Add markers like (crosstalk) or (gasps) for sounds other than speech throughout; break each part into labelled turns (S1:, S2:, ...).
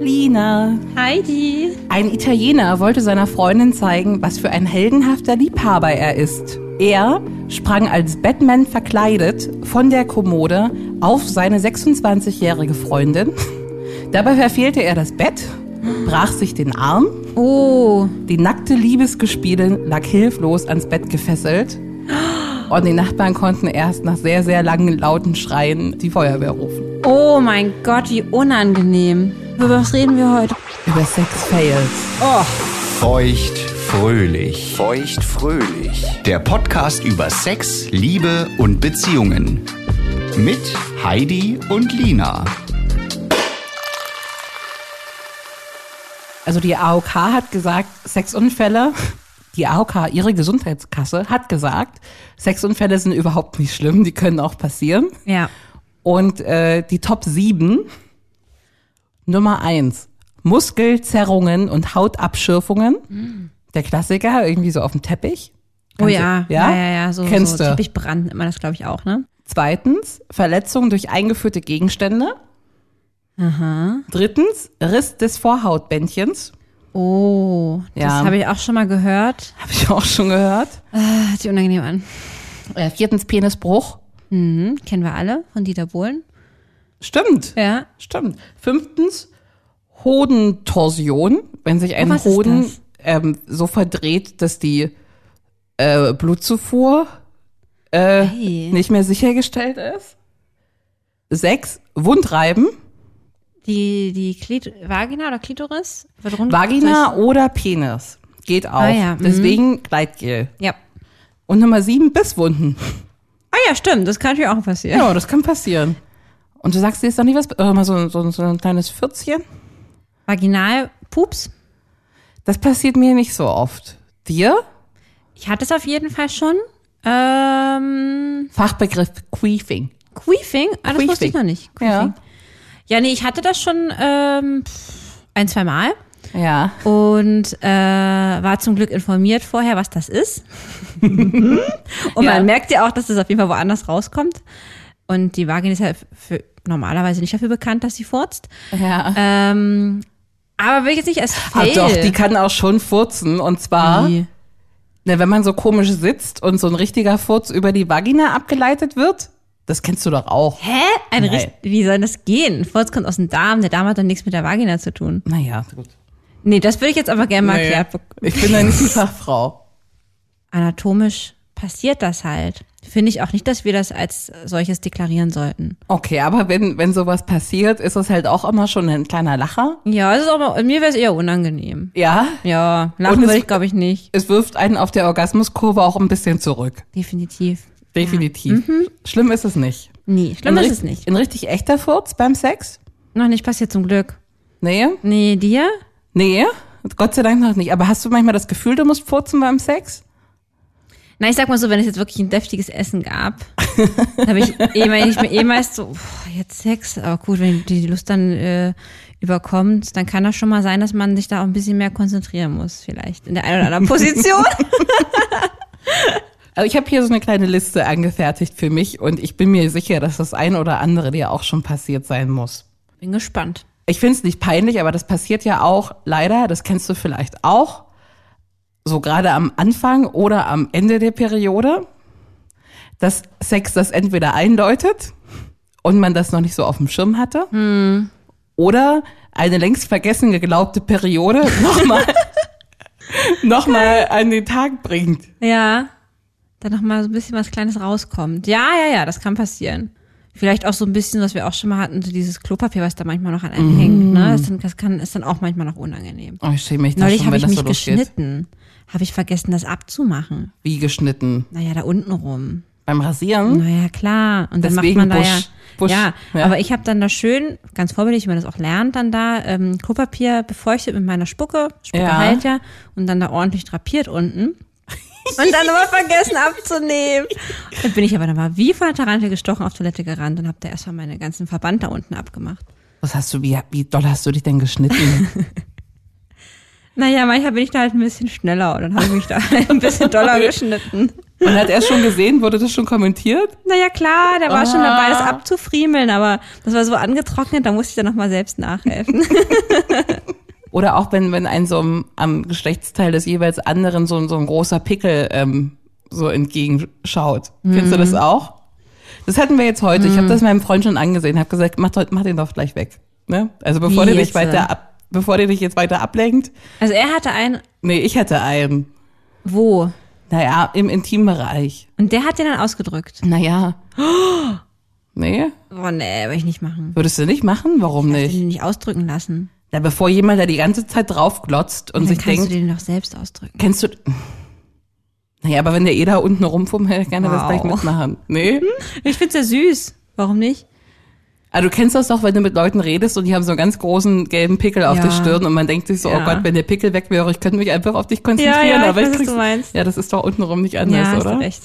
S1: Lina.
S2: Heidi.
S1: Ein Italiener wollte seiner Freundin zeigen, was für ein heldenhafter Liebhaber er ist. Er sprang als Batman verkleidet von der Kommode auf seine 26-jährige Freundin. Dabei verfehlte er das Bett, brach sich den Arm.
S2: Oh.
S1: Die nackte Liebesgespielin lag hilflos ans Bett gefesselt. Und die Nachbarn konnten erst nach sehr, sehr langen, lauten Schreien die Feuerwehr rufen.
S2: Oh mein Gott, wie unangenehm. Über was reden wir heute?
S1: Über Sex-Fails.
S3: Feucht fröhlich.
S4: Feucht fröhlich.
S3: Der Podcast über Sex, Liebe und Beziehungen. Mit Heidi und Lina.
S1: Also die AOK hat gesagt, Sexunfälle, die AOK, ihre Gesundheitskasse, hat gesagt, Sexunfälle sind überhaupt nicht schlimm, die können auch passieren.
S2: Ja.
S1: Und äh, die Top 7, Nummer 1, Muskelzerrungen und Hautabschürfungen. Der Klassiker, irgendwie so auf dem Teppich.
S2: Mm. Oh
S1: Kannst du-
S2: ja.
S1: ja?
S2: ja, ja, so,
S1: Kennst
S2: so
S1: du.
S2: typisch Brand nennt man das, glaube ich, auch, ne?
S1: Zweitens, Verletzung durch eingeführte Gegenstände. Drittens, Riss des Vorhautbändchens.
S2: Oh,
S1: Ja.
S2: das habe ich auch schon mal gehört. Ah,
S1: Habe ich auch schon gehört.
S2: Hört sich unangenehm an.
S1: Äh, viertens, Penisbruch.
S2: Mhm, kennen wir alle von Dieter Bohlen.
S1: Stimmt.
S2: Ja.
S1: Stimmt. Fünftens, Hodentorsion, wenn sich ein
S2: Oh, was ist
S1: Hoden
S2: das?
S1: ähm, so verdreht, dass die äh, Blutzufuhr
S2: Hey.
S1: nicht mehr sichergestellt ist. Sechs, Wundreiben,
S2: Hm, Die, die Klit Vagina oder Klitoris? Wird rund-
S1: Vagina oder Penis. Geht auch.
S2: Ah ja, mhm.
S1: Deswegen Gleitgel.
S2: Ja.
S1: Und Nummer sieben,
S2: (laughs)
S1: Bisswunden.
S2: Ah ja, stimmt, das kann natürlich auch passieren.
S1: Ja, das kann passieren. Und du sagst dir jetzt noch nicht was, äh, mal so, so, so ein kleines Fürzchen.
S2: Vaginal Pups.
S1: Das passiert mir nicht so oft. Dir?
S2: Ich hatte es auf jeden Fall schon. Ähm,
S1: Fachbegriff Queefing.
S2: Queefing? Ah, das wusste ich
S1: Queefing.
S2: noch nicht.
S1: Ja.
S2: Ja, nee, ich hatte das schon ähm, pff, ein, zwei Mal
S1: Ja.
S2: und äh, war zum Glück informiert vorher, was
S1: (laughs)
S2: das ist. und
S1: Ja.
S2: man merkt ja auch, dass das auf jeden Fall woanders rauskommt. Und die Vagina ist ja für, normalerweise nicht dafür bekannt, dass sie furzt.
S1: Ja.
S2: Ähm, aber will ich jetzt nicht als
S1: Ah,
S2: Fail.
S1: doch, die kann auch schon furzen. Und zwar,
S2: Wie?
S1: ne, wenn man so komisch sitzt und so ein richtiger Furz über die Vagina abgeleitet wird, das kennst du doch auch.
S2: Hä? Ein
S1: Nein.
S2: Richt Wie soll das gehen? Ein Furz kommt aus dem Darm, der Darm hat dann nichts mit der Vagina zu tun.
S1: Naja, gut.
S2: Nee, das würde ich jetzt aber gerne mal
S1: Naja.
S2: erklärt bekommen.
S1: Ich bin da nicht die Fachfrau.
S2: anatomisch passiert das halt. Finde ich auch nicht, dass wir das als solches deklarieren sollten.
S1: Okay, aber wenn, wenn sowas passiert, ist es halt auch immer schon ein kleiner Lacher.
S2: Ja, es ist auch mal, mir wäre es eher unangenehm.
S1: Ja.
S2: Ja,
S1: Und
S2: lachen
S1: es-
S2: würde ich, glaube ich, nicht.
S1: Es wirft einen auf der Orgasmuskurve auch ein bisschen zurück.
S2: Definitiv.
S1: Definitiv. Schlimm ist es nicht.
S2: Nee, Mhm. schlimm
S1: Ein
S2: ist es
S1: richtig-
S2: nicht.
S1: Ein richtig echter Furz beim Sex?
S2: Noch nicht passiert zum Glück.
S1: Nee?
S2: Nee, dir?
S1: Nee? Gott sei Dank noch nicht. Aber hast du manchmal das Gefühl, du musst furzen beim Sex?
S2: Na, ich sag mal so, wenn es jetzt wirklich ein deftiges Essen gab, dann habe ich eh me- ich bin eh meist so, pff, jetzt Sex, aber gut, wenn die Lust dann äh, überkommt, dann kann das schon mal sein, dass man sich da auch ein bisschen mehr konzentrieren muss, vielleicht in der einen oder anderen Position.
S1: Also ich habe hier so eine kleine Liste angefertigt für mich und ich bin mir sicher, dass das ein oder andere dir auch schon passiert sein muss.
S2: bin gespannt.
S1: Ich finde es nicht peinlich, aber das passiert ja auch leider, das kennst du vielleicht auch, so gerade am Anfang oder am Ende der Periode, dass Sex das entweder einläutet und man das noch nicht so auf dem Schirm hatte
S2: Hm.
S1: oder eine längst vergessen geglaubte Periode (laughs) nochmal noch mal an den Tag bringt.
S2: Ja, da noch mal so ein bisschen was Kleines rauskommt. Ja, ja, ja, das kann passieren. Vielleicht auch so ein bisschen, was wir auch schon mal hatten, so dieses Klopapier, was da manchmal noch an einem hängt. Ne? Das, ist dann, das kann, ist dann auch manchmal noch unangenehm.
S1: Oh, ich schäme mich da
S2: Neulich
S1: schon,
S2: habe
S1: wenn
S2: ich
S1: das
S2: mich
S1: Mhm. so losgeht.
S2: geschnitten. Habe ich vergessen, das abzumachen.
S1: Wie geschnitten?
S2: Naja, da unten rum.
S1: Beim Rasieren?
S2: Naja, klar. Und dann
S1: Deswegen
S2: macht man da
S1: Busch.
S2: ja.
S1: Busch.
S2: Ja,
S1: Ja.
S2: aber ich habe dann da schön, ganz vorbildlich, wie man das auch lernt, dann da ähm, Klopapier befeuchtet mit meiner Spucke, Spucke
S1: Ja.
S2: halt ja, und dann da ordentlich drapiert unten. Und dann aber vergessen abzunehmen. Dann bin ich aber dann mal wie von der Tarantel gestochen auf Toilette gerannt und habe da erstmal meine ganzen Verband da unten abgemacht.
S1: Was hast du, wie, wie doll hast du dich denn geschnitten?
S2: Naja, manchmal bin ich da halt ein bisschen schneller und dann habe ich mich da (laughs) ein bisschen doller geschnitten.
S1: Man hat erst schon gesehen, wurde das schon kommentiert?
S2: Naja, klar, der war schon dabei,
S1: Ah.
S2: das abzufriemeln, aber das war so angetrocknet, da musste ich dann nochmal selbst nachhelfen.
S1: Oder auch wenn, wenn ein so am, am Geschlechtsteil des jeweils anderen so, ein- so ein großer Pickel ähm, so entgegenschaut. Kennst
S2: Mhm.
S1: du das auch? Das hatten wir jetzt heute. Ich habe das meinem Freund schon angesehen, habe gesagt, mach, doch- mach den doch gleich weg. Ne? Also bevor
S2: Wie
S1: der dich
S2: jetzt,
S1: weiter
S2: äh?
S1: ab, bevor der dich jetzt weiter ablenkt.
S2: Also er hatte einen,
S1: Nee, ich hatte einen.
S2: wo?
S1: Naja, im Intimbereich.
S2: Und der hat den dann ausgedrückt.
S1: Naja. (gasps) Nee,
S2: Oh nee, will ich nicht machen.
S1: würdest du nicht machen? Warum
S2: Ich will
S1: nicht?
S2: den nicht ausdrücken lassen.
S1: Na, bevor jemand da die ganze Zeit draufglotzt und
S2: Dann
S1: sich
S2: kannst
S1: denkt,
S2: du den doch selbst ausdrücken.
S1: Kennst du. Naja, aber wenn der eh da unten rumfummelt, kann er das
S2: Wow. Hm?
S1: gleich mitmachen. Nee?
S2: Ich find's ja süß. Warum nicht?
S1: Also du kennst das doch, wenn du mit Leuten redest und die haben so einen ganz großen gelben Pickel auf
S2: Ja.
S1: der Stirn und man denkt sich so, oh
S2: Ja.
S1: Gott, wenn der Pickel weg wäre, ich könnte mich einfach auf dich konzentrieren.
S2: Ja, ja, ich
S1: aber
S2: weiß, was
S1: krieg's-
S2: du meinst.
S1: Ja, das ist doch untenrum nicht anders,
S2: ja, hast du
S1: oder?
S2: recht.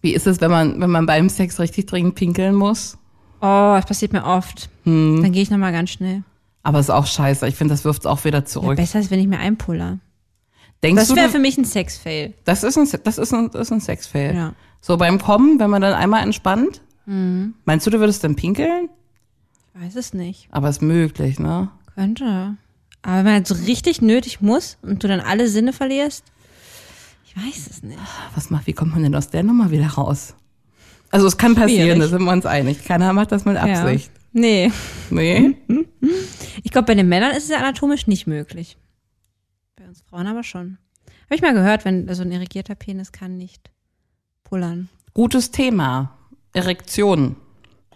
S1: Wie ist es, wenn man, wenn man beim Sex richtig dringend pinkeln muss?
S2: Oh, das passiert mir oft.
S1: Hm.
S2: Dann gehe ich nochmal ganz schnell.
S1: Aber ist auch scheiße. Ich finde, das wirft's auch wieder
S2: Ja,
S1: zurück.
S2: besser ist, wenn ich mir einpuller.
S1: Denkst
S2: Das
S1: du,
S2: wäre
S1: du,
S2: für mich ein Sex-Fail.
S1: das ist ein, Se- das ist ein, das ist ein Sexfail.
S2: Ja.
S1: So beim Kommen, wenn man dann einmal entspannt,
S2: Mhm.
S1: meinst du, du würdest dann pinkeln?
S2: Ich weiß es nicht.
S1: Aber ist möglich, ne?
S2: Könnte. Aber wenn man jetzt so richtig nötig muss und du dann alle Sinne verlierst, ich weiß es nicht.
S1: was macht, wie kommt man denn aus der Nummer wieder raus? Also es kann passieren,
S2: Schwierig.
S1: da sind wir uns einig. Keiner macht das mit Absicht.
S2: Ja. Mhm. Nee.
S1: Nee?
S2: Ich glaube, bei den Männern ist es ja anatomisch nicht möglich. Bei uns Frauen aber schon. Habe ich mal gehört, wenn so ein irrigierter Penis kann nicht pullern.
S1: Gutes Thema. Erektion.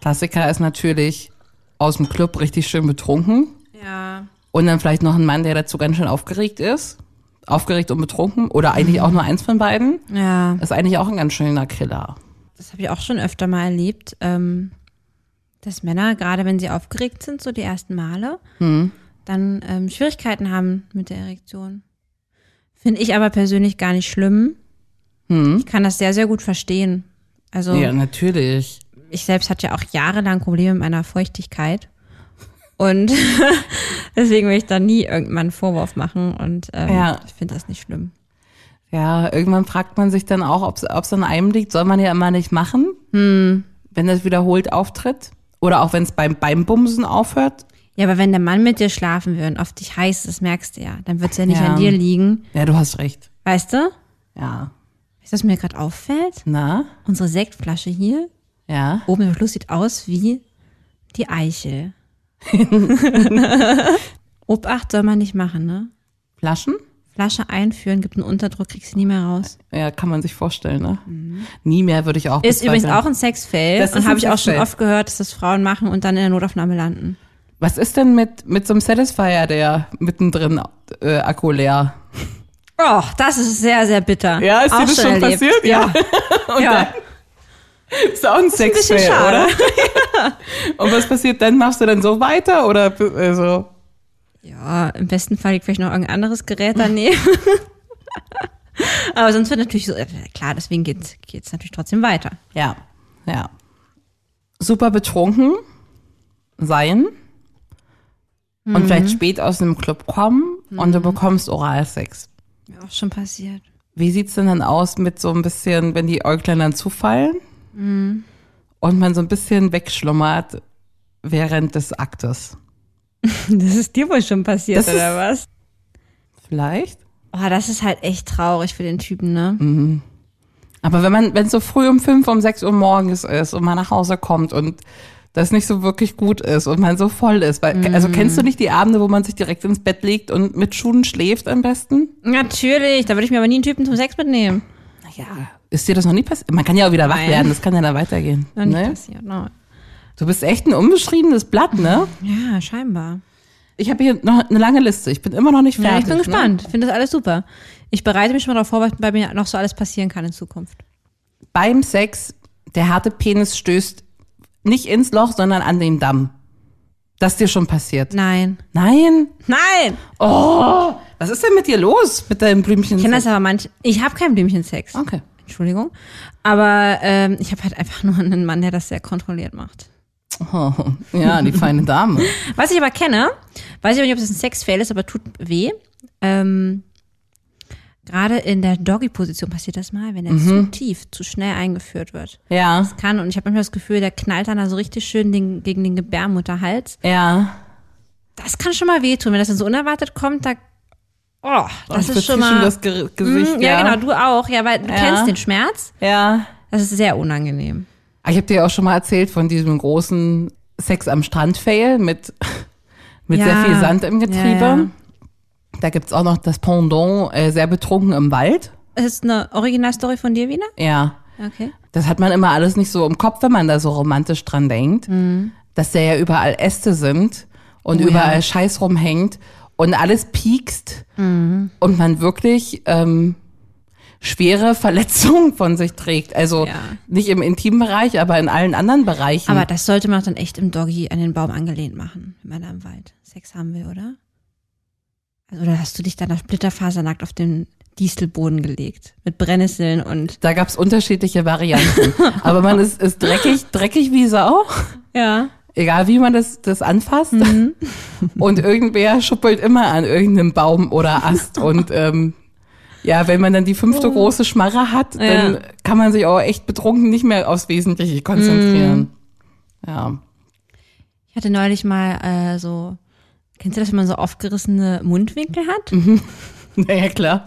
S1: Klassiker ist natürlich aus dem Club richtig schön betrunken.
S2: Ja.
S1: Und dann vielleicht noch ein Mann, der dazu ganz schön aufgeregt ist. Aufgeregt und betrunken. Oder
S2: Mhm.
S1: eigentlich auch nur eins von beiden.
S2: Ja,
S1: Ist eigentlich auch ein ganz schöner Killer.
S2: das habe ich auch schon öfter mal erlebt, ähm, dass Männer, gerade wenn sie aufgeregt sind, so die ersten Male, dann ähm, Schwierigkeiten haben mit der Erektion. Finde ich aber persönlich gar nicht schlimm. Ich kann das sehr, sehr gut verstehen. Also
S1: Ja, natürlich.
S2: ich selbst hatte ja auch jahrelang Probleme mit meiner Feuchtigkeit. Und (laughs) deswegen will ich da nie irgendwann einen Vorwurf machen und ähm,
S1: Ja.
S2: ich finde das nicht schlimm.
S1: Ja, irgendwann fragt man sich dann auch, ob es an einem liegt. Soll man ja immer nicht machen, wenn das wiederholt auftritt. Oder auch wenn es beim, beim Bumsen aufhört.
S2: Ja, aber wenn der Mann mit dir schlafen würde und auf dich heiß, das merkst du ja, dann wird es ja nicht
S1: Ja.
S2: an dir liegen.
S1: Ja, du hast recht.
S2: Weißt du,
S1: Ja.
S2: was das mir gerade auffällt?
S1: Na?
S2: Unsere Sektflasche hier
S1: Ja.
S2: oben im Schluss sieht aus wie
S1: (laughs)
S2: die Eichel. Obacht soll man nicht machen, ne?
S1: Flaschen?
S2: Flasche einführen, gibt einen Unterdruck, kriegst sie nie mehr raus.
S1: Ja, kann man sich vorstellen, ne? Nie mehr würde ich auch
S2: Ist übrigens
S1: bezweifeln.
S2: auch ein Sexfail
S1: Das ist
S2: und
S1: ein
S2: habe ich auch schon
S1: Sexfail.
S2: oft gehört, dass das Frauen machen und dann in der Notaufnahme landen.
S1: Was ist denn mit, mit so einem Satisfier, der mittendrin äh, Akku leer?
S2: Oh, das ist sehr, sehr bitter.
S1: Ja, ist dir
S2: auch
S1: das schon
S2: erlebt.
S1: passiert? Ja. (laughs)
S2: Ja. ja.
S1: Ist auch ein
S2: ein bisschen
S1: Sexfail, oder? (laughs)
S2: schade.
S1: Und was passiert dann? Machst du dann so weiter oder äh, so?
S2: ja, im besten Fall liegt vielleicht noch irgendein anderes Gerät daneben. (laughs) Aber sonst wird natürlich so, äh, klar, deswegen geht's, geht's natürlich trotzdem weiter.
S1: Ja, ja. Super betrunken sein und vielleicht spät aus einem Club kommen und du bekommst Oralsex.
S2: Mir auch
S1: (laughs)
S2: schon passiert.
S1: Wie sieht's denn dann aus mit so ein bisschen, wenn die Äuglein dann zufallen Mhm. und man so ein bisschen wegschlummert während des Aktes?
S2: Das ist dir wohl schon passiert,
S1: Das ist-
S2: oder was?
S1: Vielleicht?
S2: Oh, das ist halt echt traurig für den Typen, ne?
S1: Mhm. Aber wenn man, wenn es so früh um fünf, um sechs Uhr morgens ist und man nach Hause kommt und das nicht so wirklich gut ist und man so voll ist, weil,
S2: Mhm.
S1: also kennst du nicht die Abende, wo man sich direkt ins Bett legt und mit Schuhen schläft am besten?
S2: Natürlich, da würde ich mir aber nie einen Typen zum Sex mitnehmen.
S1: Naja. Ist dir das noch nie passiert? Man kann ja auch wieder wach
S2: Nein.
S1: werden, das kann ja dann weitergehen.
S2: Noch nicht
S1: Ne?
S2: passiert, ne?
S1: Du bist echt ein unbeschriebenes Blatt, ne?
S2: Ja, scheinbar.
S1: Ich habe hier noch eine lange Liste. Ich bin immer noch nicht fertig.
S2: Ja, ich bin
S1: ne?
S2: gespannt. Finde das alles super. Ich bereite mich schon mal darauf vor, was bei mir noch so alles passieren kann in Zukunft.
S1: Beim Sex, der harte Penis stößt nicht ins Loch, sondern an den Damm. Das ist dir schon passiert.
S2: Nein.
S1: Nein?
S2: Nein!
S1: Oh, was ist denn mit dir los mit deinem Blümchen?
S2: Ich kenne das aber manch. Ich habe kein Blümchensex.
S1: Okay.
S2: Entschuldigung. Aber ähm, ich habe halt einfach (laughs) nur einen Mann, der das sehr kontrolliert macht.
S1: Oh, ja, die feine Dame.
S2: Was ich aber kenne, weiß ich aber nicht, ob das ein Sexfail ist, aber tut weh. Ähm, Gerade in der Doggy-Position passiert das mal, wenn er
S1: Mhm.
S2: zu tief, zu schnell eingeführt wird.
S1: Ja,
S2: Das kann, und ich habe manchmal das Gefühl, der knallt dann da so richtig schön den, gegen den Gebärmutterhals.
S1: ja.
S2: Das kann schon mal wehtun, wenn das dann so unerwartet kommt, da, oh, das
S1: Ich
S2: ist schon
S1: verziehe
S2: mal,
S1: das Ge Gesicht.
S2: Mm, ja, genau, du auch, ja, weil du kennst den Schmerz.
S1: Ja. Ah,
S2: Das ist sehr unangenehm.
S1: Ich habe dir auch schon mal erzählt von diesem großen Sex am Strand-Fail mit, (laughs) mit
S2: Ja.
S1: sehr viel Sand im Getriebe.
S2: Ja, ja.
S1: Da gibt's auch noch das Pendant, äh, sehr betrunken im Wald.
S2: Ist das eine Originalstory von dir, Wiener?
S1: Ja.
S2: Okay.
S1: Das hat man immer alles nicht so im Kopf, wenn man da so romantisch dran denkt,
S2: Mhm.
S1: dass da ja überall Äste sind
S2: Oh
S1: und überall Scheiß rumhängt und alles piekst
S2: Mhm.
S1: und man wirklich ähm, schwere Verletzungen (laughs) von sich trägt. Also
S2: Ja.
S1: nicht im intimen Bereich, aber in allen anderen Bereichen.
S2: Aber das sollte man auch dann echt im Doggy an den Baum angelehnt machen, wenn man da im Wald Sex haben will, oder? Also, oder hast du dich dann auf Splitterfasernackt auf den Distelboden gelegt? Mit Brennnesseln und.
S1: da gab's unterschiedliche
S2: (laughs)
S1: Varianten. aber man ist, ist dreckig, dreckig wie Sau.
S2: Ja.
S1: egal wie man das, das anfasst. (laughs) Und irgendwer schuppelt immer an irgendeinem Baum oder Ast. Und ähm, ja, wenn man dann die fünfte große Schmarre hat, dann
S2: Ja.
S1: kann man sich auch echt betrunken nicht mehr aufs Wesentliche konzentrieren. Ja.
S2: Ich hatte neulich mal äh, so. Kennst du das, wenn man so aufgerissene Mundwinkel hat?
S1: (laughs) Naja, klar.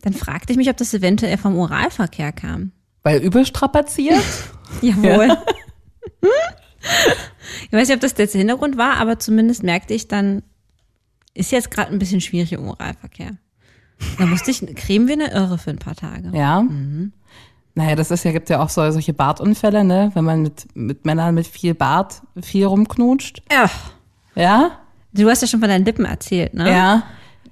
S2: Dann fragte ich mich, ob das eventuell vom Oralverkehr kam.
S1: Weil überstrapaziert?
S2: Jawohl. (laughs) Ich weiß nicht, ob das jetzt der Hintergrund war, aber zumindest merkte ich dann, ist jetzt gerade ein bisschen schwierig im Oralverkehr. Da musste ich, cremen wir eine Irre für ein paar Tage.
S1: ja. Naja, das ist ja, gibt ja auch so, solche Bartunfälle, ne? Wenn man mit, mit Männern mit viel Bart viel rumknutscht.
S2: Ach,
S1: Ja?
S2: du hast ja schon von deinen Lippen erzählt, ne?
S1: Ja.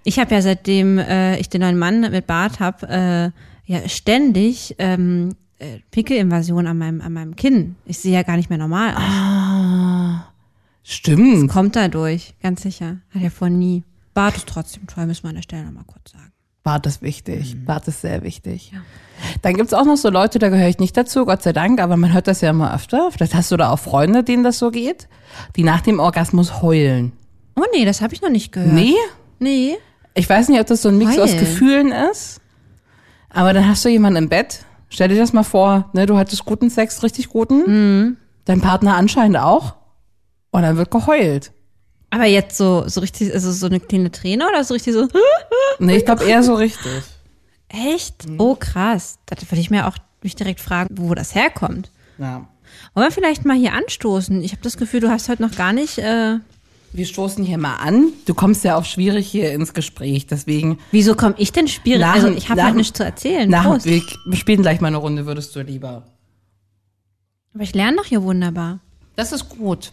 S2: Ich habe ja seitdem äh, ich den neuen Mann mit Bart habe, äh, ja ständig ähm, äh, Pickelinvasion an meinem, an meinem Kinn. Ich sehe ja gar nicht mehr normal aus.
S1: Stimmt.
S2: Kommt dadurch, ganz sicher. Hat ja vorhin nie. Bart ist trotzdem toll, müssen wir an der Stelle nochmal kurz sagen.
S1: Bart ist wichtig. Bart ist sehr wichtig. Dann gibt's auch noch so Leute, da gehöre ich nicht dazu, Gott sei Dank, aber man hört das ja immer öfter. Vielleicht hast du da auch Freunde, denen das so geht, die nach dem Orgasmus heulen.
S2: Oh nee, das habe ich noch nicht gehört.
S1: Nee?
S2: Nee.
S1: Ich weiß nicht, ob das so ein Mix aus
S2: Heulen.
S1: Gefühlen ist, aber dann hast du jemanden im Bett. Stell dir das mal vor, ne, du hattest guten Sex, richtig guten, dein Partner anscheinend auch, und dann wird geheult.
S2: Aber jetzt so, so richtig, also so eine kleine Träne oder so richtig so,
S1: Nee, ich glaube eher so richtig.
S2: echt? Oh krass. Da würde ich mir auch mich direkt fragen, wo das herkommt.
S1: Ja.
S2: Wollen wir vielleicht mal hier anstoßen? Ich habe das Gefühl, du hast heute noch gar nicht, äh,
S1: Wir stoßen hier mal an. Du kommst ja auch schwierig hier ins Gespräch, deswegen
S2: wieso komme ich denn spielen?
S1: Nach-
S2: Also ich habe
S1: nach-
S2: halt nichts zu erzählen.
S1: Nach
S2: Prost.
S1: wir spielen gleich mal eine Runde, würdest du lieber.
S2: Aber ich lerne doch hier wunderbar.
S1: Das ist gut.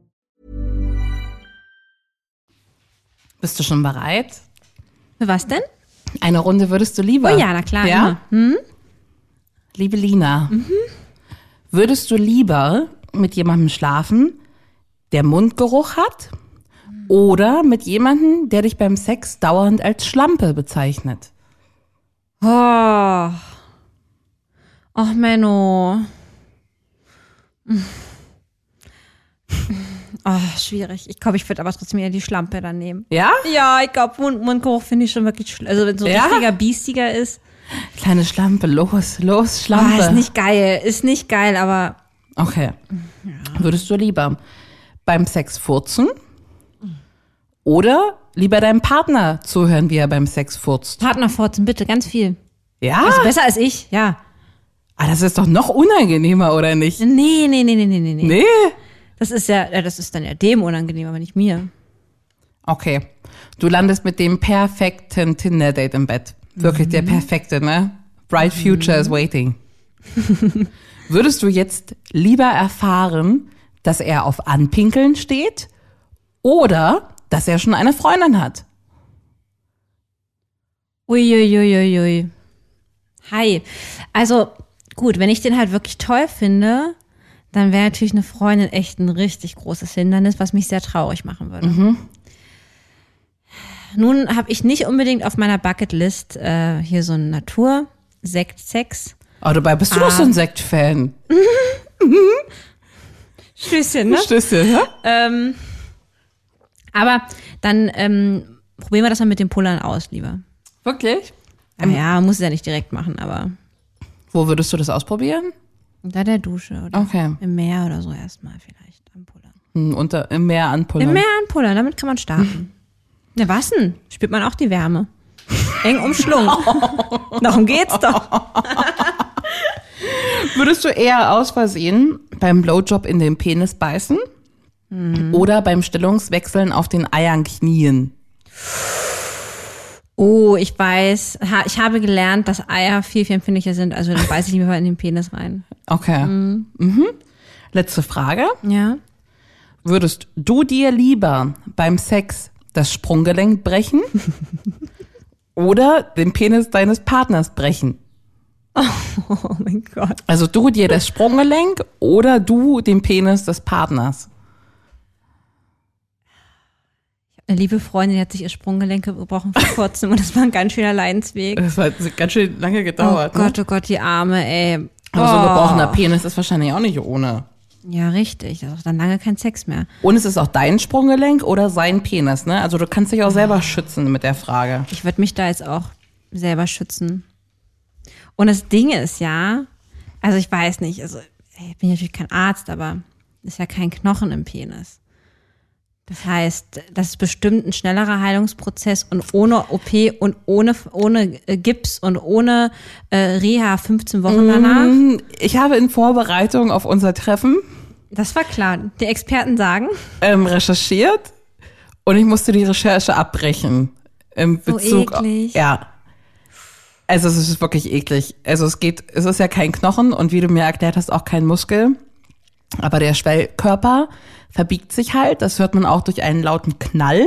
S1: Bist du schon bereit?
S2: Für was denn?
S1: Eine Runde würdest du lieber.
S2: Oh ja, na klar,
S1: Ja? Liebe Lina, würdest du lieber mit jemandem schlafen, der Mundgeruch hat, oder mit jemandem, der dich beim Sex dauernd als Schlampe bezeichnet?
S2: Oh. Ach, Menno. Oh, schwierig. Ich glaube, ich würde aber trotzdem eher die Schlampe dann nehmen.
S1: Ja?
S2: Ja, ich glaube, Mund Mundgeruch finde ich schon wirklich schlimm. Also, wenn so ein
S1: Ja?
S2: richtiger Biestiger ist,
S1: Kleine Schlampe, los, los, Schlampe.
S2: ah, ist nicht geil. Ist nicht geil, aber
S1: Okay. Würdest du lieber beim Sex furzen oder lieber deinem Partner zuhören, wie er beim Sex furzt?
S2: Partner furzen, bitte, ganz viel.
S1: Ja.
S2: Also besser als ich, ja.
S1: Ah, das ist doch noch unangenehmer, oder nicht?
S2: Nee, nee, nee, nee, nee, nee. nee.
S1: Nee.
S2: Das ist ja, äh, das ist dann ja dem unangenehm, aber nicht mir.
S1: Okay. Du landest mit dem perfekten Tinder-Date im Bett. Wirklich der perfekte, ne? Bright future is waiting. Würdest du jetzt lieber erfahren, dass er auf Anpinkeln steht oder dass er schon eine Freundin hat?
S2: Uiuiuiui. Hi. Also, gut, wenn ich den halt wirklich toll finde, dann wäre natürlich eine Freundin echt ein richtig großes Hindernis, was mich sehr traurig machen würde. Nun habe ich nicht unbedingt auf meiner Bucketlist äh, hier so ein Natur, Sekt, Sex.
S1: Oh, dabei bist du doch
S2: Ah.
S1: so ein
S2: Ne?
S1: Sekt-Fan.
S2: Stößchen, ne?
S1: Stößchen, ja?
S2: Ähm, aber dann ähm, probieren wir das mal mit dem Pullern aus, lieber.
S1: Wirklich?
S2: Naja, muss es ja nicht direkt machen, aber
S1: Wo würdest du das ausprobieren?
S2: unter der Dusche oder
S1: Okay.
S2: im Meer oder so erstmal vielleicht am Pullern.
S1: Hm, unter, Im Meer anpullen.
S2: Im Meer an Pullern, damit kann man starten. Na was denn? Spürt man auch die Wärme. Eng (laughs) umschlungen. Darum geht's doch.
S1: Würdest du eher aus Versehen beim Blowjob in den Penis beißen
S2: Hm.
S1: oder beim Stellungswechseln auf den Eiern knien?
S2: Oh, ich weiß. Ha, ich habe gelernt, dass Eier viel, viel empfindlicher sind. Also dann beiß ich lieber in den Penis rein.
S1: Okay. Mhm.
S2: Hm.
S1: Letzte Frage.
S2: Ja.
S1: Würdest du dir lieber beim Sex das Sprunggelenk
S2: (laughs)
S1: brechen oder den Penis deines Partners brechen?
S2: (laughs) Oh mein Gott.
S1: Also du dir das Sprunggelenk oder du den Penis des Partners?
S2: Eine Äh, liebe Freundin die hat sich ihr Sprunggelenke gebrochen vor kurzem und das war ein ganz schöner Leidensweg.
S1: Das hat ganz schön lange
S2: Oh
S1: gedauert. ne?
S2: Gott, oh Gott, die Arme, ey.
S1: Aber so ein
S2: Oh.
S1: gebrochener Penis ist wahrscheinlich auch nicht ohne.
S2: Ja, richtig. Das ist auch dann lange kein Sex mehr.
S1: Und es ist auch dein Sprunggelenk oder sein Penis, ne? Also du kannst dich auch selber schützen mit der Frage.
S2: Ich würde mich da jetzt auch selber schützen. Und das Ding ist ja, also ich weiß nicht, also ich bin natürlich kein Arzt, aber ist ja kein Knochen im Penis. Das heißt, das ist bestimmt ein schnellerer Heilungsprozess und ohne OP und ohne, ohne äh, Gips und ohne äh, Reha 15 Wochen danach.
S1: Hm, Ich habe in Vorbereitung auf unser Treffen
S2: Das war klar. Die Experten sagen,
S1: ähm, recherchiert und ich musste die Recherche abbrechen. Im
S2: So
S1: Bezug
S2: eklig.
S1: ja. Also es ist wirklich eklig. Also es geht, es ist ja kein Knochen und wie du mir erklärt hast, auch kein Muskel. Aber der Schwellkörper verbiegt sich halt. Das hört man auch durch einen lauten Knall.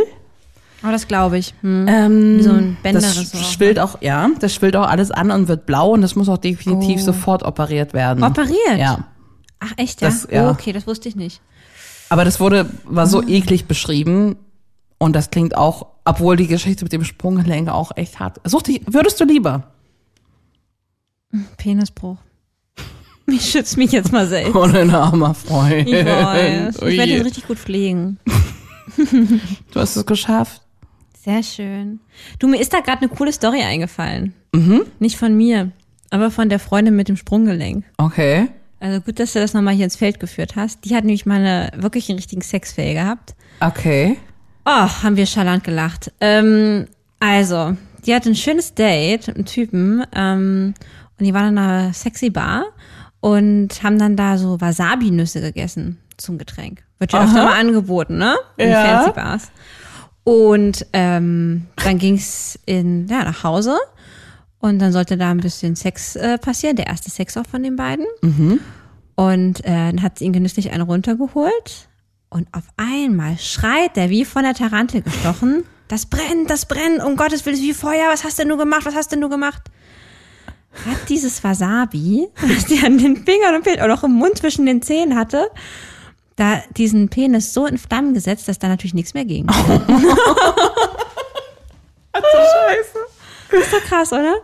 S2: aber das glaube ich. Hm.
S1: Ähm,
S2: Wie so ne? ein
S1: das
S2: Bänderressort.
S1: schwillt auch, ja, das schwillt auch alles an und wird blau und das muss auch definitiv sofort operiert werden.
S2: Oh. Operiert?
S1: Ja.
S2: Ach echt, ja?
S1: Das- ja.
S2: Oh, okay, das wusste ich nicht.
S1: Aber das wurde, war so eklig beschrieben und das klingt auch, obwohl die Geschichte mit dem Sprunggelenk auch echt hart. Such dich, würdest du lieber?
S2: Penisbruch. Mich (laughs) Ich schütze mich jetzt mal
S1: (laughs)
S2: selbst.
S1: Oh, dein armer Freund.
S2: Ich weiß.
S1: Oh
S2: Ich werde
S1: je.
S2: ihn richtig gut pflegen.
S1: du hast es geschafft.
S2: Sehr schön. Du, mir ist da gerade eine coole Story eingefallen. Nicht von mir, aber von der Freundin mit dem Sprunggelenk.
S1: Okay.
S2: Also gut, dass du das nochmal hier ins Feld geführt hast. Die hat nämlich mal eine, wirklich einen richtigen Sexfail gehabt.
S1: Okay.
S2: Oh, haben wir schallant gelacht. Ähm, also, die hatte ein schönes Date mit einem Typen ähm, und die waren in einer sexy Bar und haben dann da so Wasabi-Nüsse gegessen zum Getränk. Wird ja öfter mal angeboten, ne? In
S1: Ja.
S2: fancy Bars. Und ähm, dann ging's in, ja, nach Hause und dann sollte da ein bisschen Sex äh, passieren, der erste Sex auch von den beiden. Und äh, dann hat sie ihn genüsslich einen runtergeholt. Und auf einmal schreit er wie von der Tarantel gestochen. Das brennt, das brennt, um Gottes Willen, es ist wie Feuer, was hast denn du gemacht, was hast denn du gemacht? Hat dieses Wasabi, (laughs) was die an den Fingern und Pe- oder auch im Mund zwischen den Zähnen hatte, da diesen Penis so in Flammen gesetzt, dass da natürlich nichts mehr ging. (laughs) Ach du Scheiße. Ist doch krass, oder?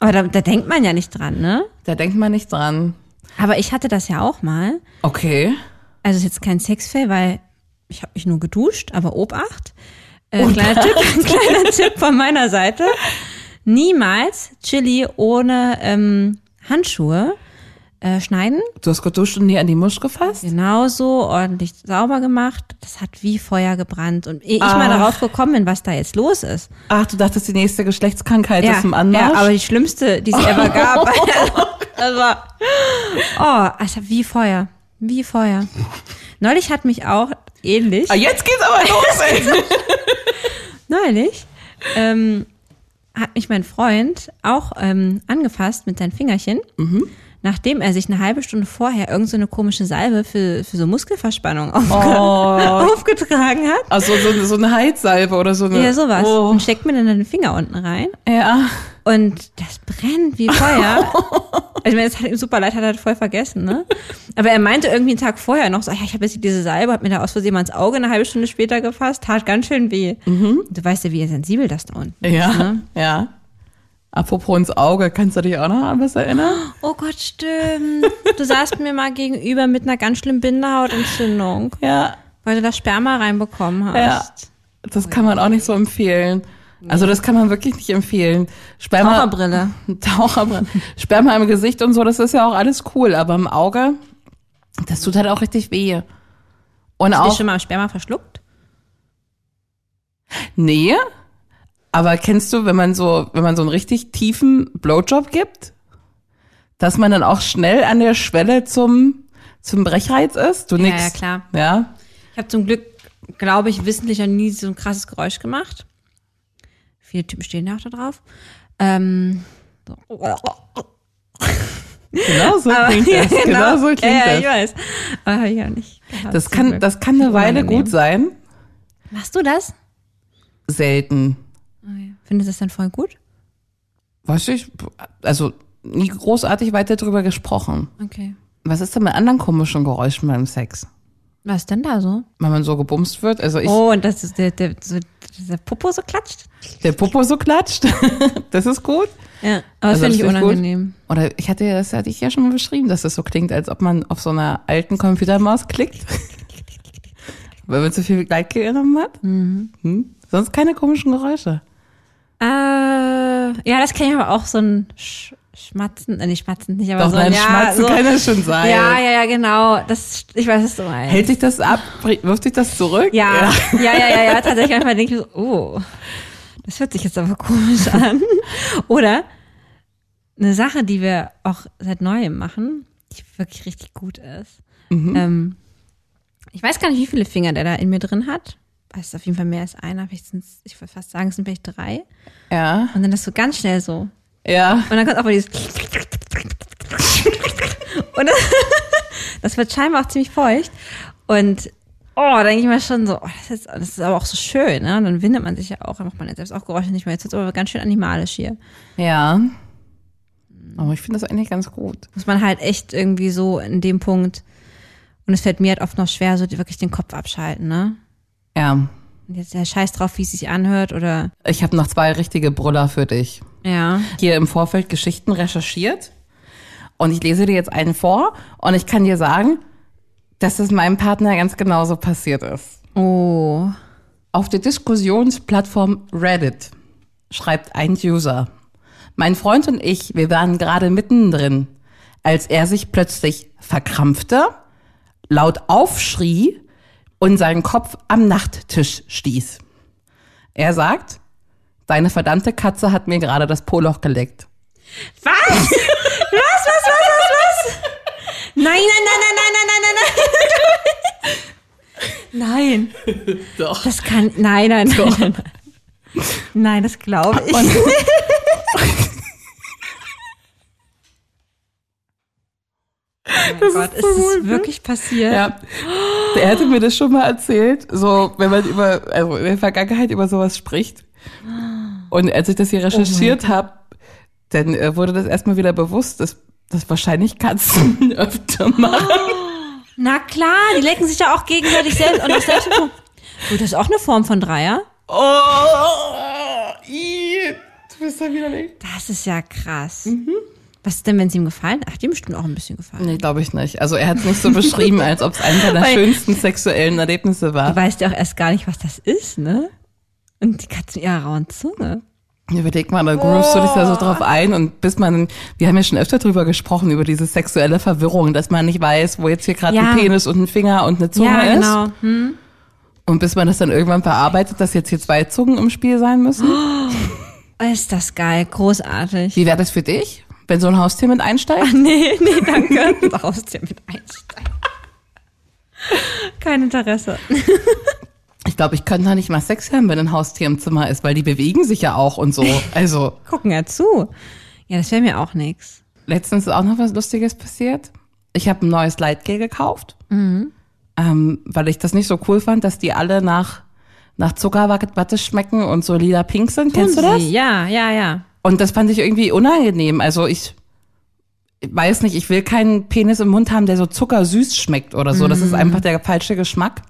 S2: Aber da, da denkt man ja nicht dran, ne?
S1: Da denkt man nicht dran.
S2: Aber ich hatte das ja auch mal.
S1: Okay.
S2: Also ist jetzt kein Sexfail, weil ich habe mich nur geduscht, aber Obacht. Äh, kleiner, Tipp, (laughs) kleiner Tipp von meiner Seite. Niemals Chili ohne ähm, Handschuhe äh, schneiden.
S1: Du hast geduscht und nie an die Musch gefasst?
S2: Genauso ordentlich sauber gemacht. Das hat wie Feuer gebrannt. Und ehe ich mal
S1: Ah.
S2: darauf gekommen bin, was da jetzt los ist.
S1: Ach, du dachtest, die nächste Geschlechtskrankheit ist im Anmarsch?
S2: ja, aber die schlimmste, die es
S1: (laughs)
S2: ever gab. (laughs) das war, oh, es hat wie Feuer. Wie Feuer. Neulich hat mich auch ähnlich.
S1: Ah, jetzt geht's aber los,
S2: (laughs)
S1: ey.
S2: Neulich ähm, hat mich mein Freund auch ähm, angefasst mit seinen Fingerchen, nachdem er sich eine halbe Stunde vorher irgendeine so eine komische Salbe für, für so Muskelverspannung aufge (laughs) aufgetragen hat.
S1: Also so, so eine Heizsalbe oder so eine.
S2: Ja, sowas.
S1: Oh.
S2: Und steckt mir dann den Finger unten rein.
S1: Ja.
S2: Und das brennt wie Feuer. also ich meine, es hat ihm super leid, hat er das voll vergessen, ne? Aber er meinte irgendwie einen Tag vorher noch so, "Ah ja, ich habe jetzt hier diese Salbe, hat mir da aus Versehen mal ins Auge eine halbe Stunde später gefasst, tat ganz schön weh. Du weißt ja, wie sensibel das da unten ist, ne?
S1: Ja. Ja. Apropos ins Auge, kannst du dich auch noch an was erinnern?
S2: Oh Gott, stimmt. Du saßt mir mal gegenüber mit einer ganz schlimmen Bindehautentzündung,
S1: Ja.
S2: weil du das Sperma reinbekommen
S1: Ja.
S2: hast. Oh
S1: Das kann man auch nicht so empfehlen. Also das kann man wirklich nicht empfehlen. Sperma,
S2: Taucherbrille.
S1: (laughs) Taucherbrille. Sperma im Gesicht und so, das ist ja auch alles cool, aber im Auge, das tut halt auch richtig weh. Und
S2: Hast du dich
S1: auch
S2: schon mal am Sperma verschluckt?
S1: nee, aber kennst du, wenn man so, wenn man so einen richtig tiefen Blowjob gibt, dass man dann auch schnell an der Schwelle zum zum Brechreiz ist? Du
S2: Ja,
S1: nix.
S2: ja, klar.
S1: Ja.
S2: Ich habe zum Glück, glaube ich, wissentlich noch nie so ein krasses Geräusch gemacht. Viele Typen stehen ja auch da drauf. Ähm, so.
S1: Genau so
S2: (laughs)
S1: klingt das. Genau, so klingt
S2: ja, ja,
S1: das.
S2: ich weiß. Aber hab ich ja nicht. gehabt,
S1: Das
S2: zum
S1: kann,
S2: Glück.
S1: das kann eine Weile
S2: Unangenehm.
S1: gut sein.
S2: Machst du das?
S1: Selten.
S2: Oh, Findest du das dann voll gut?
S1: Weiß ich, also nie großartig weiter drüber gesprochen.
S2: Okay.
S1: Was ist denn mit anderen komischen Geräuschen beim Sex?
S2: Was denn da so?
S1: Wenn man so gebumst wird, also ich,
S2: oh, und das ist der, der, so, der Popo so klatscht?
S1: der Popo so klatscht, (laughs) das ist gut.
S2: Ja. Aber das
S1: Also
S2: finde ich
S1: gut.
S2: unangenehm.
S1: Oder ich hatte, das hatte ich ja schon mal beschrieben, dass das so klingt, als ob man auf so einer alten Computermaus klickt. (laughs) Weil man zu viel Gleit genommen hat.
S2: Mhm.
S1: Hm? Sonst keine komischen Geräusche.
S2: Äh, ja, das kenne ich aber auch so ein Sch Schmatzen, äh, nicht Schmatzen, nicht, aber
S1: Doch,
S2: so ein
S1: nein,
S2: ja,
S1: Schmatzen
S2: so,
S1: kann das schon sein.
S2: Ja, ja, ja, genau. Das, ich weiß, was du meinst.
S1: Hält sich das ab? Wirft sich das zurück?
S2: ja, ja, ja, ja, ja, tatsächlich manchmal denke ich so, oh, das hört sich jetzt aber (laughs) komisch an. Oder eine Sache, die wir auch seit neuem machen, die wirklich richtig gut ist. Ähm, ich weiß gar nicht, wie viele Finger der da in mir drin hat. Weiß auf jeden Fall mehr als einer, vielleicht sind's, ich würde fast sagen, es sind vielleicht drei.
S1: Ja.
S2: Und dann das so ganz schnell so
S1: Ja.
S2: und dann kommt auch mal dieses. (laughs) Und (laughs) das, das wird scheinbar auch ziemlich feucht. Und oh, da denke ich mir schon so, oh, das, ist, das ist aber auch so schön, ne? Und dann windet man sich ja auch, dann macht man ja selbst auch Geräusche nicht mehr. Jetzt wird aber ganz schön animalisch hier.
S1: Ja. Aber ich finde das eigentlich ganz gut.
S2: Muss man halt echt irgendwie so in dem Punkt. Und es fällt mir halt oft noch schwer, so die- wirklich den Kopf abschalten, ne?
S1: Ja.
S2: Und jetzt der Scheiß drauf, wie es sich anhört oder.
S1: Ich habe noch zwei richtige Brüller für dich.
S2: Ja.
S1: Hier im Vorfeld Geschichten recherchiert. Und ich lese dir jetzt einen vor und ich kann dir sagen, dass es meinem Partner ganz genauso passiert ist.
S2: Oh.
S1: Auf der Diskussionsplattform Reddit schreibt ein User. Mein Freund und ich, wir waren gerade mittendrin, als er sich plötzlich verkrampfte, laut aufschrie und seinen Kopf am Nachttisch stieß. Er sagt, deine verdammte Katze hat mir gerade das Poloch geleckt.
S2: Was? was? Was, was, was, was? Nein, nein, nein, nein, nein, nein, nein, nein, nein. Nein.
S1: Doch.
S2: Das kann. Nein, nein, nein. nein, nein. Nein, das glaube ich. Oh mein Gott, ist es wirklich passiert?
S1: Ja. Er hatte mir das schon mal erzählt, so wenn man über, also in der Vergangenheit über sowas spricht. Und als ich das hier recherchiert habe, dann äh, wurde das erstmal wieder bewusst, dass, dass wahrscheinlich Katzen (laughs) öfter machen.
S2: Na klar, die lecken sich ja auch gegenseitig selbst und das selbst. Gut, das ist auch eine Form von Dreier.
S1: Oh, ih, du bist da wieder weg.
S2: Das ist ja krass. Was ist denn, wenn es ihm gefallen? Ach, dem bestimmt auch ein bisschen gefallen.
S1: Nee, glaube ich nicht. Also er hat es nicht so beschrieben, als ob es eines seiner
S2: Weil-
S1: schönsten sexuellen Erlebnisse
S2: Du
S1: war.
S2: weißt ja auch erst gar nicht, was das ist, ne? Und die Katze mit ihrer rauen Zunge.
S1: Überleg mal, da groovst du dich da so drauf ein und bis man, wir haben ja schon öfter drüber gesprochen, über diese sexuelle Verwirrung, dass man nicht weiß, wo jetzt hier gerade
S2: Ja.
S1: ein Penis und ein Finger und eine Zunge
S2: ja,
S1: ist.
S2: genau. Hm.
S1: Und bis man das dann irgendwann verarbeitet, dass jetzt hier zwei Zungen im Spiel sein müssen.
S2: Ist das geil, großartig. (laughs)
S1: Wie wäre das für dich, wenn so ein Haustier mit einsteigt?
S2: Nee, nee, danke. (laughs) Du brauchst ja mit einsteigen. Kein Interesse.
S1: Ich glaube, ich könnte da nicht mal Sex haben, wenn ein Haustier im Zimmer ist, weil die bewegen sich ja auch und so. Also,
S2: Gucken ja zu. Ja, das wäre mir auch nix.
S1: letztens ist auch noch was Lustiges passiert. Ich habe ein neues Lightgel gekauft, ähm, weil ich das nicht so cool fand, dass die alle nach, nach Zuckerwatte schmecken und so lila pink sind. Kennst du
S2: Oh,
S1: das?
S2: Ja, ja, ja.
S1: Und das fand ich irgendwie unangenehm. Also ich ich weiß nicht, ich will keinen Penis im Mund haben, der so zuckersüß schmeckt oder so. Das ist einfach der falsche Geschmack.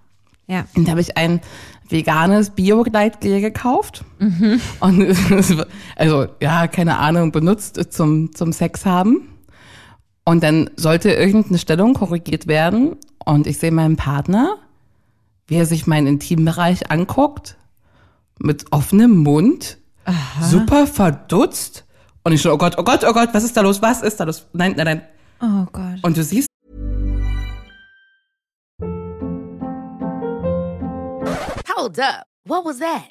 S2: Ja.
S1: Und da habe ich ein veganes Bio-Gleitgel gekauft. Und es war- also, ja, keine Ahnung, benutzt zum, zum Sex haben. Und dann sollte irgendeine Stellung korrigiert werden. Und ich sehe meinen Partner, wie er sich meinen Intimbereich anguckt, mit offenem Mund, super verdutzt. Und ich schon, oh Gott, oh Gott, oh Gott, was ist da los? Was ist da los? Nein, nein, nein.
S2: Oh Gott.
S1: Und du siehst,
S5: Hold up. What was that?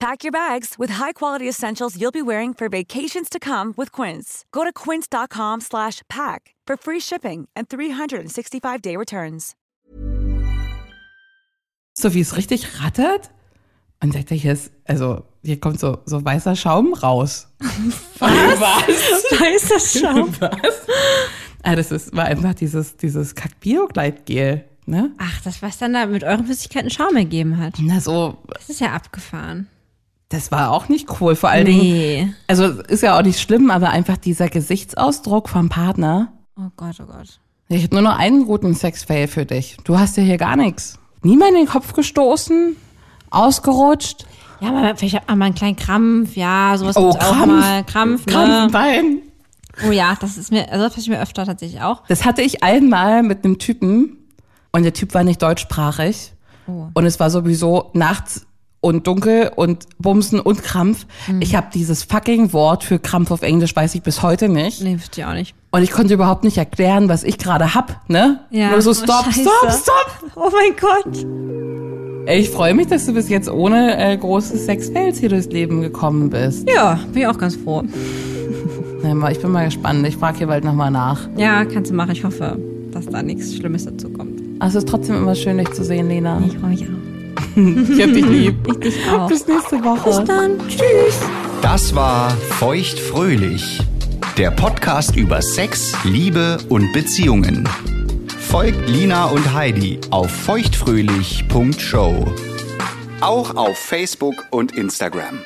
S6: Pack your bags with high-quality essentials you'll be wearing for vacations to come with Quince. Go to quince.com/pack slash pack for free shipping and 365-day returns.
S1: so wie es richtig rattert. Und sagt er, hier ist, also, hier kommt so, so weißer Schaum raus. Was?
S2: (laughs) Da ist das Schaum.
S1: (laughs) Was? Ah, das ist, war einfach dieses, dieses Kack-Bio-Gleitgel, ne?
S2: Ach, das, was dann da mit euren Flüssigkeiten Schaum ergeben hat.
S1: Na, so,
S2: Das ist ja abgefahren.
S1: das war auch nicht cool. Vor allen Dingen,
S2: Nee.
S1: also, ist ja auch nicht schlimm, aber einfach dieser Gesichtsausdruck vom Partner.
S2: Oh Gott, oh Gott.
S1: Ich habe nur noch einen guten Sex-Fail für dich. Du hast ja hier gar nichts. Niemand in den Kopf gestoßen, ausgerutscht.
S2: Ja, aber vielleicht hat man mal einen kleinen Krampf. Ja, sowas
S1: Oh,
S2: gibt's auch
S1: Krampf.
S2: mal. Krampf, ne?
S1: Krampfbein.
S2: Oh ja, das ist mir, also das passiert mir öfter tatsächlich auch.
S1: Das hatte ich einmal mit einem Typen und der Typ war nicht deutschsprachig.
S2: Oh.
S1: Und es war sowieso nachts und dunkel und Bumsen und Krampf.
S2: Mhm.
S1: Ich habe dieses fucking Wort für Krampf auf Englisch, weiß ich bis heute nicht.
S2: Nee, verstehe ich auch nicht.
S1: Und ich konnte überhaupt nicht erklären, was ich gerade hab, ne?
S2: Ja.
S1: Nur so,
S2: Oh,
S1: stopp,
S2: Scheiße.
S1: stopp, stopp!
S2: Oh mein Gott!
S1: Ey, ich freue mich, dass du bis jetzt ohne äh, großes Sexfails hier durchs Leben gekommen bist.
S2: Ja, bin ich auch ganz froh.
S1: Na, mal, Ich bin mal gespannt. Ich frage hier bald nochmal nach.
S2: Ja, kannst du machen. Ich hoffe, dass da nichts Schlimmes dazu kommt.
S1: Ach, Also, es ist trotzdem immer schön, dich zu sehen, Lena.
S2: Ich freue mich auch.
S1: Ich
S2: (laughs)
S1: hab dich lieb.
S2: Ich dich auch.
S1: Bis nächste Woche.
S2: Bis dann. Tschüss.
S3: Das war Feucht fröhlich. Der Podcast über Sex, Liebe und Beziehungen. Folgt Lina und Heidi auf feuchtfröhlich.show. Auch auf Facebook und Instagram.